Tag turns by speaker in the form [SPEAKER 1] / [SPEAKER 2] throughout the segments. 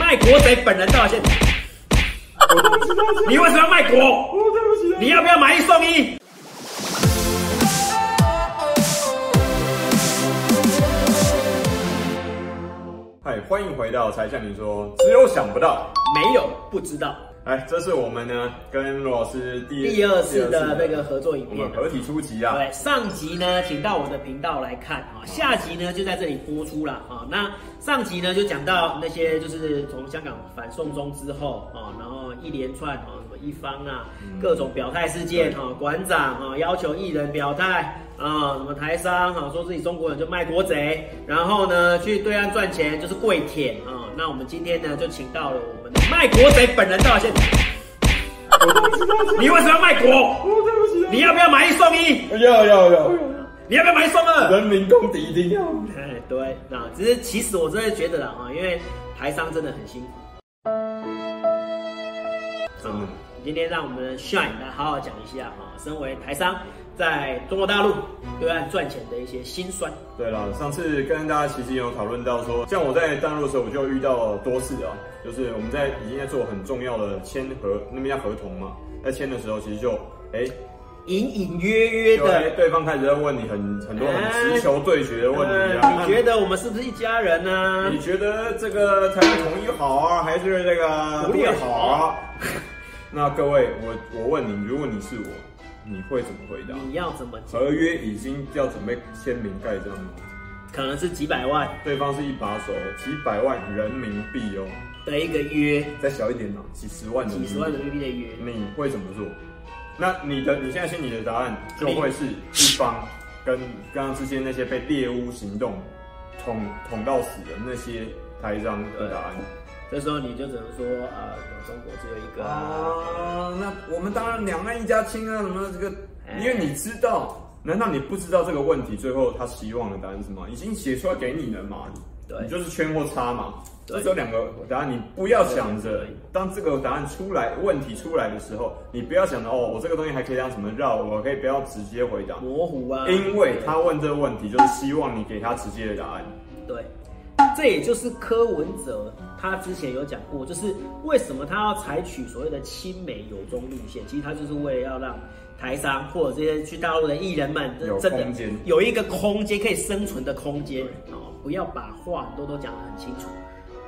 [SPEAKER 1] 卖国贼本人道歉。
[SPEAKER 2] 我对不起，大家，
[SPEAKER 1] 你为什么要卖国？
[SPEAKER 2] 我对不起，大家
[SPEAKER 1] 你要不要买一送一？
[SPEAKER 2] 嗨，欢迎回到才向你说，只有想不到。
[SPEAKER 1] 没有，不知道。
[SPEAKER 2] 哎，这是我们呢跟罗老师第
[SPEAKER 1] 第二次的那个合作影
[SPEAKER 2] 我
[SPEAKER 1] 片
[SPEAKER 2] 们，合体出击啊。
[SPEAKER 1] 对，上集呢，请到我的频道来看啊，下集呢就在这里播出了啊。那上集呢就讲到那些就是从香港反送中之后啊，然后一连串啊什么一方啊各种表态事件啊，馆长啊要求艺人表态啊，什么台商啊说自己中国人就卖国贼，然后呢去对岸赚钱就是跪舔啊。那我们今天呢就请到了我们的卖国贼本人道歉，
[SPEAKER 2] 我对不起，大家，
[SPEAKER 1] 你为什么要卖国？
[SPEAKER 2] 我对不起，大家
[SPEAKER 1] 你要不要买一送一？
[SPEAKER 2] 要要要，
[SPEAKER 1] 你要不要买一送二？
[SPEAKER 2] 人民公敌一定要。
[SPEAKER 1] 哎，对，那只是其实我真的觉得啦啊，因为台商真的很辛苦。
[SPEAKER 2] 真的
[SPEAKER 1] 今天让我们的 Shine 来好好讲一下啊，身为台商在中国大陆对岸赚钱的一些辛酸。
[SPEAKER 2] 对了，上次跟大家其实有讨论到说，像我在大陆的时候，我就遇到多次啊，就是我们在已经在做很重要的签合，那边叫合同嘛，在签的时候其实就哎。
[SPEAKER 1] 隐隐约约
[SPEAKER 2] 就哎
[SPEAKER 1] 的，
[SPEAKER 2] 对方开始在问你很很多很直球对决的问题啊，
[SPEAKER 1] 呃你觉得我们是不是一家人啊呢、
[SPEAKER 2] 你觉得这个台湾统一好啊，还是这个独立好啊？那各位，我我问你，如果你是我，你会怎么回答？
[SPEAKER 1] 你要怎么讲？
[SPEAKER 2] 合约已经要准备签名盖章了，
[SPEAKER 1] 可能是几百万
[SPEAKER 2] 对方是一把手，几百万人民币哦，
[SPEAKER 1] 的一个约，
[SPEAKER 2] 再小一点呢、几十万人
[SPEAKER 1] 几
[SPEAKER 2] 民
[SPEAKER 1] 十万
[SPEAKER 2] 币，
[SPEAKER 1] 人民币的约。
[SPEAKER 2] 你会怎么做？那你的你现在心里的答案就会是一方跟刚刚之前那些被猎巫行动捅捅到死的那些台商的答案。
[SPEAKER 1] 这时候你就只能说，呃，中国只有一个、
[SPEAKER 2] 啊，那我们当然两岸一家亲啊，什么这个
[SPEAKER 1] 哎，
[SPEAKER 2] 因为你知道，难道你不知道这个问题最后他希望的答案是什么？已经写出来给你了嘛，
[SPEAKER 1] 对
[SPEAKER 2] 你就是圈或叉嘛，
[SPEAKER 1] 对
[SPEAKER 2] 这只有两个答案，你不要想
[SPEAKER 1] 对
[SPEAKER 2] 着
[SPEAKER 1] 对对
[SPEAKER 2] 当这个答案出来，问题出来的时候，你不要想着哦，我这个东西还可以让什么绕，我可以不要直接回答，
[SPEAKER 1] 模糊啊，
[SPEAKER 2] 因为他问这个问题就是希望你给他直接的答案，
[SPEAKER 1] 对，这也就是柯文哲他之前有讲过，就是为什么他要采取所谓的亲美友中路线，其实他就是为了要让台商或者这些去大陆的艺人们
[SPEAKER 2] 有
[SPEAKER 1] 真的
[SPEAKER 2] 空间
[SPEAKER 1] 有一个空间可以生存的空间哦，不要把话很多都讲得很清楚。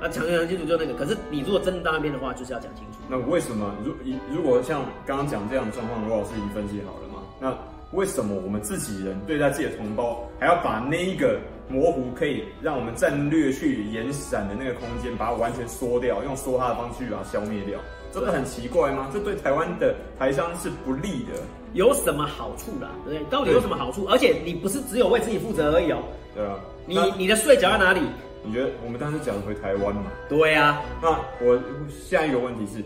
[SPEAKER 1] 那讲得很清楚就那个，可是你如果真的到那边的话，就是要讲清楚。
[SPEAKER 2] 那为什么如以如果像刚刚讲这样的状况，罗老师已经分析好了嘛？那为什么我们自己人对待自己的同胞，还要把那一个模糊可以让我们战略去延展的那个空间，把它完全缩掉，用缩它的方式去把它消灭掉？这不是很奇怪吗？这对台湾的台商是不利的。
[SPEAKER 1] 有什么好处啦？对不对？到底有什么好处？而且你不是只有为自己负责而已哦，
[SPEAKER 2] 对啊，
[SPEAKER 1] 你
[SPEAKER 2] 那
[SPEAKER 1] 你的税缴在哪里？
[SPEAKER 2] 你觉得我们当时讲回台湾嘛？
[SPEAKER 1] 对啊，
[SPEAKER 2] 那我下一个问题是，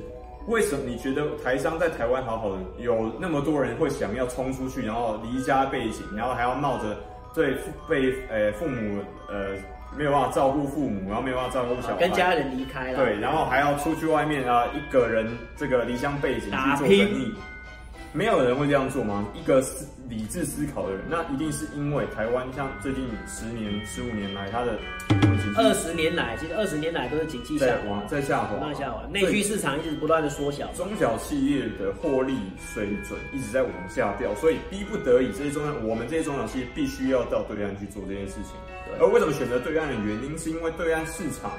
[SPEAKER 2] 为什么你觉得台商在台湾好好的，有那么多人会想要冲出去，然后离家背井，然后还要冒着对父被呃父母呃没有办法照顾父母，然后没有办法照顾小孩，
[SPEAKER 1] 啊跟家人离开了。
[SPEAKER 2] 对，然后还要出去外面啊，一个人这个离乡背井
[SPEAKER 1] 打
[SPEAKER 2] 去做
[SPEAKER 1] 拼
[SPEAKER 2] 生意，没有人会这样做吗？一个思理智思考的人，那一定是因为台湾像最近十年、十五年来，它的经济
[SPEAKER 1] 二十年来，其实二十年来都是景气下
[SPEAKER 2] 在
[SPEAKER 1] 滑
[SPEAKER 2] 往，在下滑，
[SPEAKER 1] 慢下滑，内需市场一直不断的缩小。
[SPEAKER 2] 中小企业的获利水准一直在往下掉，所以逼不得已，这些中小我们这些中小企业必须要到对岸去做这件事情。
[SPEAKER 1] 对
[SPEAKER 2] 而为什么选择对岸的原因，是因为对岸市场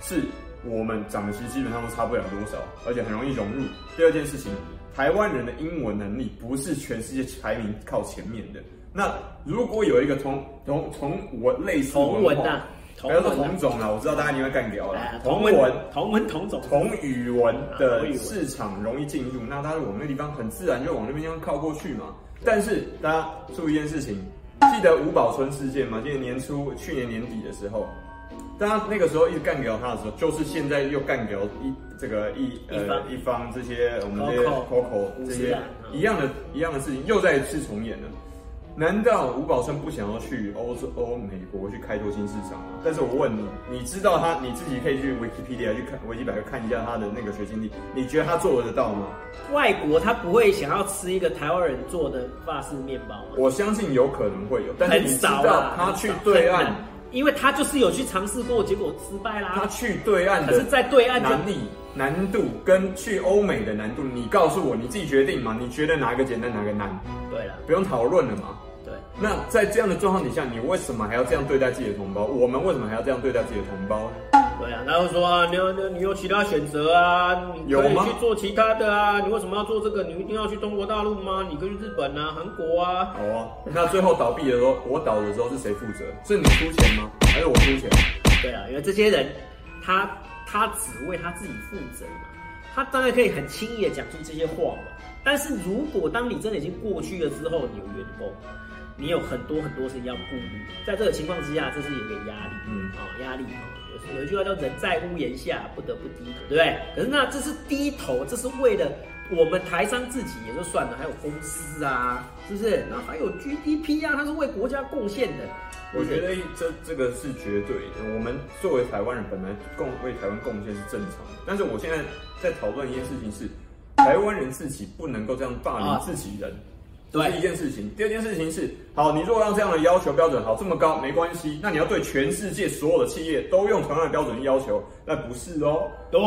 [SPEAKER 2] 是我们讲的，其实基本上都差不了多少，而且很容易融入。第二件事情，台湾人的英文能力不是全世界排名靠前面的。那如果有一个同同同文类似
[SPEAKER 1] 同
[SPEAKER 2] 文
[SPEAKER 1] 文
[SPEAKER 2] 化
[SPEAKER 1] 呐，
[SPEAKER 2] 不
[SPEAKER 1] 同
[SPEAKER 2] 要
[SPEAKER 1] 文
[SPEAKER 2] 说
[SPEAKER 1] 啊
[SPEAKER 2] 同种了，我知道大家你会干掉了
[SPEAKER 1] 哎，
[SPEAKER 2] 同文。
[SPEAKER 1] 同文同种。
[SPEAKER 2] 同语文的市场容易进
[SPEAKER 1] 啊
[SPEAKER 2] 入，那当然我们那地方很自然就往那边地方靠过去嘛。但是大家注意一件事情，记得吴宝春事件吗？今年年初、去年年底的时候，大家那个时候一直干掉他的时候，就是现在又干掉一这个一
[SPEAKER 1] 一
[SPEAKER 2] 呃
[SPEAKER 1] 方
[SPEAKER 2] 一方这些我们这些
[SPEAKER 1] Coco
[SPEAKER 2] Coco 这
[SPEAKER 1] 五十
[SPEAKER 2] 些
[SPEAKER 1] 啊嗯
[SPEAKER 2] 一样的一样的事情又再一次重演了。难道吴宝春不想要去欧洲、欧美国去开拓新市场吗？但是我问你，你知道他，你自己可以去 Wikipedia 去看维基百科看一下他的那个学经历，你觉得他做得到吗？
[SPEAKER 1] 外国他不会想要吃一个台湾人做的法式面包吗？啊
[SPEAKER 2] 我相信有可能会有，但是
[SPEAKER 1] 很
[SPEAKER 2] 你知
[SPEAKER 1] 少啊
[SPEAKER 2] 道他去对
[SPEAKER 1] 很
[SPEAKER 2] 岸
[SPEAKER 1] 少，因为他就是有去尝试过，结果失败
[SPEAKER 2] 他
[SPEAKER 1] 啦。
[SPEAKER 2] 去对岸
[SPEAKER 1] 可是
[SPEAKER 2] 的，
[SPEAKER 1] 在对岸就
[SPEAKER 2] 难力、难度跟去欧美的难度，你告诉我，你自己决定嘛？你觉得哪个简单，哪个难，
[SPEAKER 1] 对了，
[SPEAKER 2] 不用讨论了嘛？
[SPEAKER 1] 对，
[SPEAKER 2] 那在这样的状况底下，你为什么还要这样对待自己的同胞？我们为什么还要这样对待自己的同胞呢？
[SPEAKER 1] 对啊，然后说啊，你有你有你有其他选择啊，你
[SPEAKER 2] 有
[SPEAKER 1] 可以
[SPEAKER 2] 吗
[SPEAKER 1] 去做其他的啊，你为什么要做这个？你一定要去中国大陆吗？你可以去日本啊、韩国啊。
[SPEAKER 2] 好啊，那最后倒闭的时候，我倒的时候是谁负责？是你出钱吗？还是我出钱？
[SPEAKER 1] 对啊，因为这些人，他他只为他自己负责嘛，他当然可以很轻易的讲出这些话嘛。但是如果当你真的已经过去了之后，你有员工，你有很多很多事情要顾虑，在这个情况之下，这是一个压力，嗯，
[SPEAKER 2] 嗯
[SPEAKER 1] 啊、压力啊。有有一句话叫“人在屋檐下，不得不低头”，对不对？可是那这是低头，这是为了我们台商自己也就算了，还有公司啊，是不是？然后还有 GDP 啊，它是为国家贡献的。
[SPEAKER 2] 我觉
[SPEAKER 1] 嗯
[SPEAKER 2] 得这这个是绝对的。我们作为台湾人，本来贡为台湾贡献是正常的。但是我现在在讨论一件事情是，台湾人自己不能够这样霸凌
[SPEAKER 1] 啊
[SPEAKER 2] 自己人，这、
[SPEAKER 1] 对
[SPEAKER 2] 是一件事情。第二件事情是，好，你如果让这样的要求标准好这么高，没关系，那你要对全世界所有的企业都用同样的标准去要求，那不是哦。
[SPEAKER 1] 对，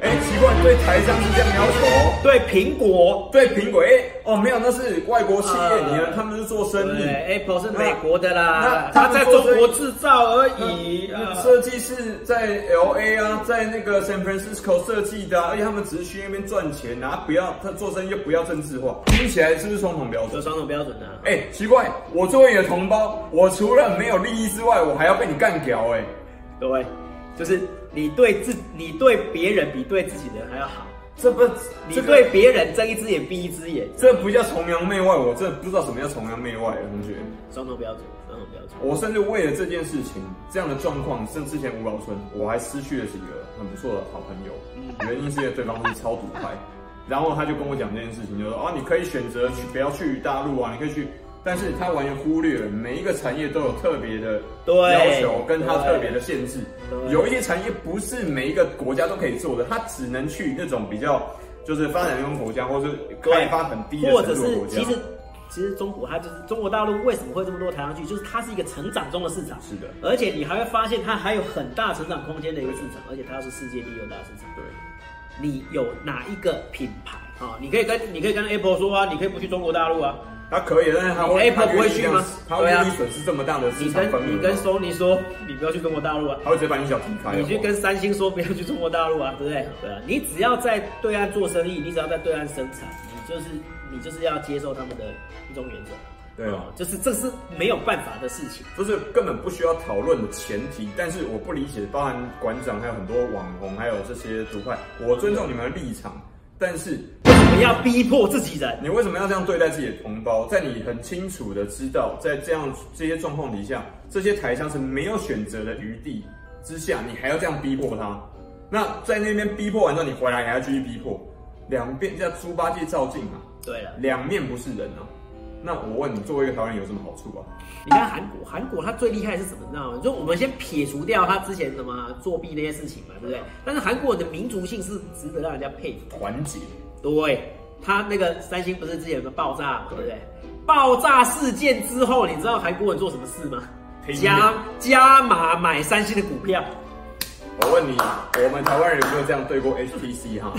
[SPEAKER 2] 哎，奇怪，对台商是这样要求、哦。
[SPEAKER 1] 对苹果，
[SPEAKER 2] 对苹果，哎、哦，没有，那是外国企业，
[SPEAKER 1] 啊
[SPEAKER 2] 你们他们是做生意，
[SPEAKER 1] 对，Apple 是美国的啦，
[SPEAKER 2] 那
[SPEAKER 1] 它在中国制造而已。
[SPEAKER 2] 那
[SPEAKER 1] 啊
[SPEAKER 2] 设计是在 L A 啊，在那个 San Francisco 设计的、啊，而且他们只是去那边赚钱啊，不要他做生意又不要政治化，听起来是不是双重标
[SPEAKER 1] 有
[SPEAKER 2] 准？
[SPEAKER 1] 双重标准啊，
[SPEAKER 2] 哎、奇怪，我作为你的同胞，我除了没有利益之外，我还要被你干掉、哎，
[SPEAKER 1] 对，就是你对自你对别人比对自己人还要好，
[SPEAKER 2] 这不，
[SPEAKER 1] 你
[SPEAKER 2] 这
[SPEAKER 1] 对
[SPEAKER 2] 个，
[SPEAKER 1] 别人睁一只眼闭一只眼，
[SPEAKER 2] 这不叫崇洋媚外，我真的不知道什么叫崇洋媚外，同学。
[SPEAKER 1] 双重标准，双重标准。
[SPEAKER 2] 我甚至为了这件事情，这样的状况，甚至之前吴老春，我还失去了几个很不错的好朋友。
[SPEAKER 1] 嗯
[SPEAKER 2] 原因是因为对方是超独派，然后他就跟我讲这件事情，就说啊，你可以选择去不要去大陆啊，你可以去，但是他完全忽略了每一个产业都有特别的
[SPEAKER 1] 对
[SPEAKER 2] 要求，跟他
[SPEAKER 1] 对
[SPEAKER 2] 特别的限制。
[SPEAKER 1] 对
[SPEAKER 2] 有一些产业不是每一个国家都可以做的，他只能去那种比较就是发展中国家，或是开发很低的
[SPEAKER 1] 或者
[SPEAKER 2] 程度的
[SPEAKER 1] 是
[SPEAKER 2] 国家。
[SPEAKER 1] 其实其实中国它就是中国大陆为什么会这么多台商去，就是它是一个成长中的市场，
[SPEAKER 2] 是的，
[SPEAKER 1] 而且你还会发现它还有很大成长空间的一个市场，而且它是世界第二大市场。
[SPEAKER 2] 对。
[SPEAKER 1] 你有哪一个品牌啊、你可以跟你可以跟 Apple 说啊，你可以不去中国大陆啊，
[SPEAKER 2] 他可以，但是他
[SPEAKER 1] 你
[SPEAKER 2] 会
[SPEAKER 1] Apple
[SPEAKER 2] 他
[SPEAKER 1] 不会
[SPEAKER 2] 愿意
[SPEAKER 1] 去
[SPEAKER 2] 这样
[SPEAKER 1] 吗
[SPEAKER 2] 他会
[SPEAKER 1] 对啊
[SPEAKER 2] 愿意损失这么大的市
[SPEAKER 1] 你
[SPEAKER 2] 场啊
[SPEAKER 1] 跟
[SPEAKER 2] 份额，
[SPEAKER 1] 你跟 Sony 说你不要去中国大陆啊，
[SPEAKER 2] 他会直接把你脚踢开。
[SPEAKER 1] 你去跟三星说不要去中国大陆啊，对不对？对啊，你只要在对岸做生意，你只要在对岸生产，你就是你就是要接受他们的一种原则。
[SPEAKER 2] 对啊
[SPEAKER 1] 哦就是这是没有办法的事情。
[SPEAKER 2] 就是根本不需要讨论的前提，但是我不理解，包含馆长还有很多网红，还有这些独派，我尊重你们的立场，但是
[SPEAKER 1] 为什么要逼迫自己人？
[SPEAKER 2] 你为什么要这样对待自己的同胞？在你很清楚的知道，在这样这些状况底下，这些台商是没有选择的余地之下，你还要这样逼迫他？那在那边逼迫完之后，你回来还要继续逼迫，两边叫猪八戒照镜啊！
[SPEAKER 1] 对了，
[SPEAKER 2] 两面不是人啊。那我问你，作为一个台湾人有什么好处啊？
[SPEAKER 1] 你看韩国，韩国它最厉害是什么？你知道吗？就我们先撇除掉他之前什么作弊那些事情嘛，对不对？但是韩国人的民族性是值得让人家佩服。
[SPEAKER 2] 团结，
[SPEAKER 1] 对，他那个三星不是之前有个爆炸嘛，对不对？爆炸事件之后，你知道韩国人做什么事吗
[SPEAKER 2] 拼？命
[SPEAKER 1] 加加码买三星的股票，
[SPEAKER 2] 我问你，我们台湾人有没有这样对过 HTC 哈？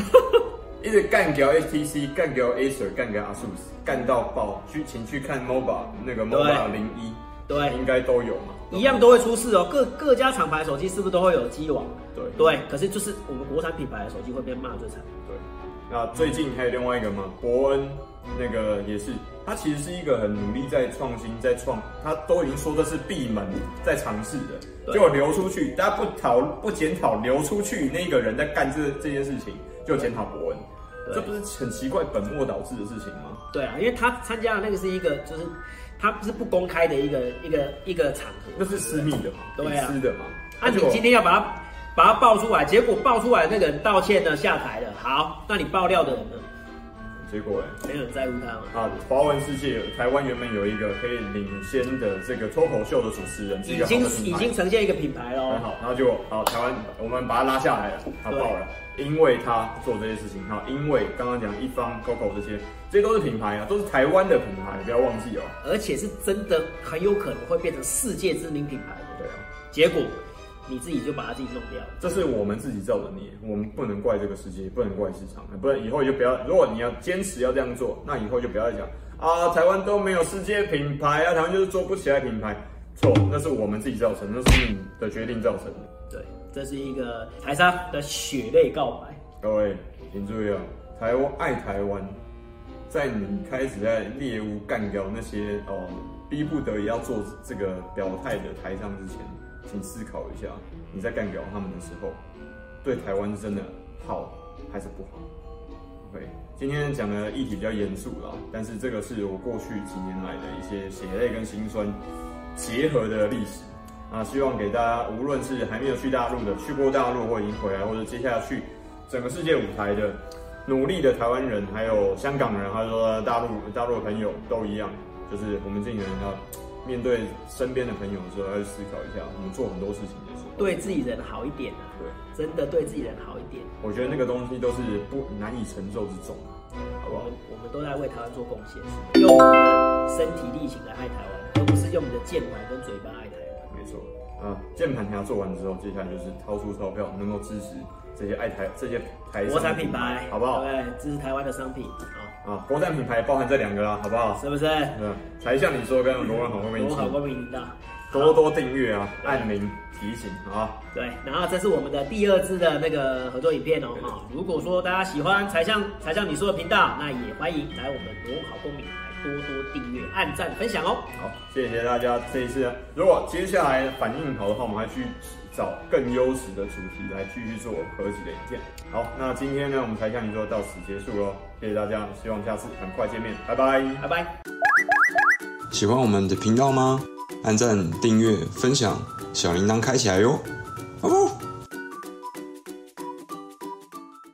[SPEAKER 2] 一直干掉 HTC，干掉 Acer，干掉 ASUS，干到爆。去，请去看 MOBA 那个 MOBA 零一，
[SPEAKER 1] 对
[SPEAKER 2] 应该都有嘛？
[SPEAKER 1] 一样都会出事哦。各各家厂牌手机是不是都会有机网？
[SPEAKER 2] 对
[SPEAKER 1] 对，可是就是我们国产品牌的手机会被骂最惨。
[SPEAKER 2] 对。那最近还有另外一个嘛，伯恩那个也是，他其实是一个很努力在创新，在创，他都已经说这是闭门在尝试的，
[SPEAKER 1] 对
[SPEAKER 2] 结果流出去，大家不讨不检讨流出去那个人在干这这件事情，就检讨伯恩，
[SPEAKER 1] 对
[SPEAKER 2] 这不是很奇怪本末倒置的事情吗？
[SPEAKER 1] 对啊，因为他参加的那个是一个，就是他是不公开的一个一个一个场合。
[SPEAKER 2] 那是私密的嘛，
[SPEAKER 1] 对啊
[SPEAKER 2] 隐私的嘛，
[SPEAKER 1] 啊，你
[SPEAKER 2] 结果
[SPEAKER 1] 今天要把它把它爆出来，结果爆出来那个人道歉呢，下台了。好，那你爆料的人呢？
[SPEAKER 2] 结果哎、
[SPEAKER 1] 没有人在乎他嘛？
[SPEAKER 2] 啊，华文世界台湾原本有一个可以领先的这个脱口秀的主持人，是一
[SPEAKER 1] 已
[SPEAKER 2] 个好
[SPEAKER 1] 经
[SPEAKER 2] 的品
[SPEAKER 1] 已
[SPEAKER 2] 牌
[SPEAKER 1] 经呈现一个品牌
[SPEAKER 2] 很
[SPEAKER 1] 喽。
[SPEAKER 2] 好，然后就好，台湾我们把他拉下来了，他爆了，因为他做这些事情，然后因为刚刚讲一方 Coco 这些，这些都是品牌啊，都是台湾的品牌，不要忘记哦。
[SPEAKER 1] 而且是真的很有可能会变成世界知名品牌的。
[SPEAKER 2] 对啊，
[SPEAKER 1] 结果你自己就把它自己弄掉了。
[SPEAKER 2] 这是我们自己造的孽，我们不能怪这个世界，不能怪市场，不然以后就不要。如果你要坚持要这样做，那以后就不要再讲啊，台湾都没有世界品牌啊，台湾就是做不起来品牌。错，那是我们自己造成，那是你的决定造成的。
[SPEAKER 1] 对，这是一个台商的血泪告白。
[SPEAKER 2] 各位，请注意啊，台湾爱台湾，在你开始在猎物干掉那些哦逼不得已要做这个表态的台商之前，请思考一下，你在干掉他们的时候，对台湾是真的好还是不好？OK，今天讲的议题比较严肃啦，但是这个是我过去几年来的一些血泪跟辛酸结合的历史。啊，希望给大家，无论是还没有去大陆的，去过大陆或已经回来，或者接下去整个世界舞台的努力的台湾人，还有香港人，还有说大陆大陆的朋友都一样，就是我们尽可能要面对身边的朋友的时候，要去思考一下，我们做很多事情的时候，
[SPEAKER 1] 对自己人好一点啊，
[SPEAKER 2] 对，
[SPEAKER 1] 真的对自己人好一点。
[SPEAKER 2] 我觉得那个东西都是不难以承受之重，啊好不
[SPEAKER 1] 我
[SPEAKER 2] 好
[SPEAKER 1] 们？我们都在为台湾做贡献，用你的身体力行来爱台湾，而不是用你的键盘跟嘴巴爱台湾。
[SPEAKER 2] 没错。啊，键盘侠做完之后，接下来就是掏出钞票，能够支持这些爱台这些台商
[SPEAKER 1] 国产品牌，
[SPEAKER 2] 好不好？
[SPEAKER 1] 对，支持台湾的商品啊，
[SPEAKER 2] 啊，国产品牌包含这两个啦，好不好？
[SPEAKER 1] 是不是？
[SPEAKER 2] 嗯，才像你说跟罗文好后面一
[SPEAKER 1] 我
[SPEAKER 2] 起
[SPEAKER 1] 好光明领导。
[SPEAKER 2] 多多订阅啊，按铃提醒啊。
[SPEAKER 1] 对，然后这是我们的第二支的那个合作影片哦。哈、如果说大家喜欢才像才像你说的频道，那也欢迎来我们罗好公民来多多订阅、按赞、分享哦。
[SPEAKER 2] 好，谢谢大家这一次啊。如果接下来反应好的话，我们还去找更优质的主题来继续做合集的影片。好，那今天呢，我们才向你说到此结束喽，谢谢大家，希望下次很快见面，拜拜。
[SPEAKER 1] 拜拜。
[SPEAKER 3] 喜欢我们的频道吗？按赞、订阅、分享，小铃铛开起来哟！哦。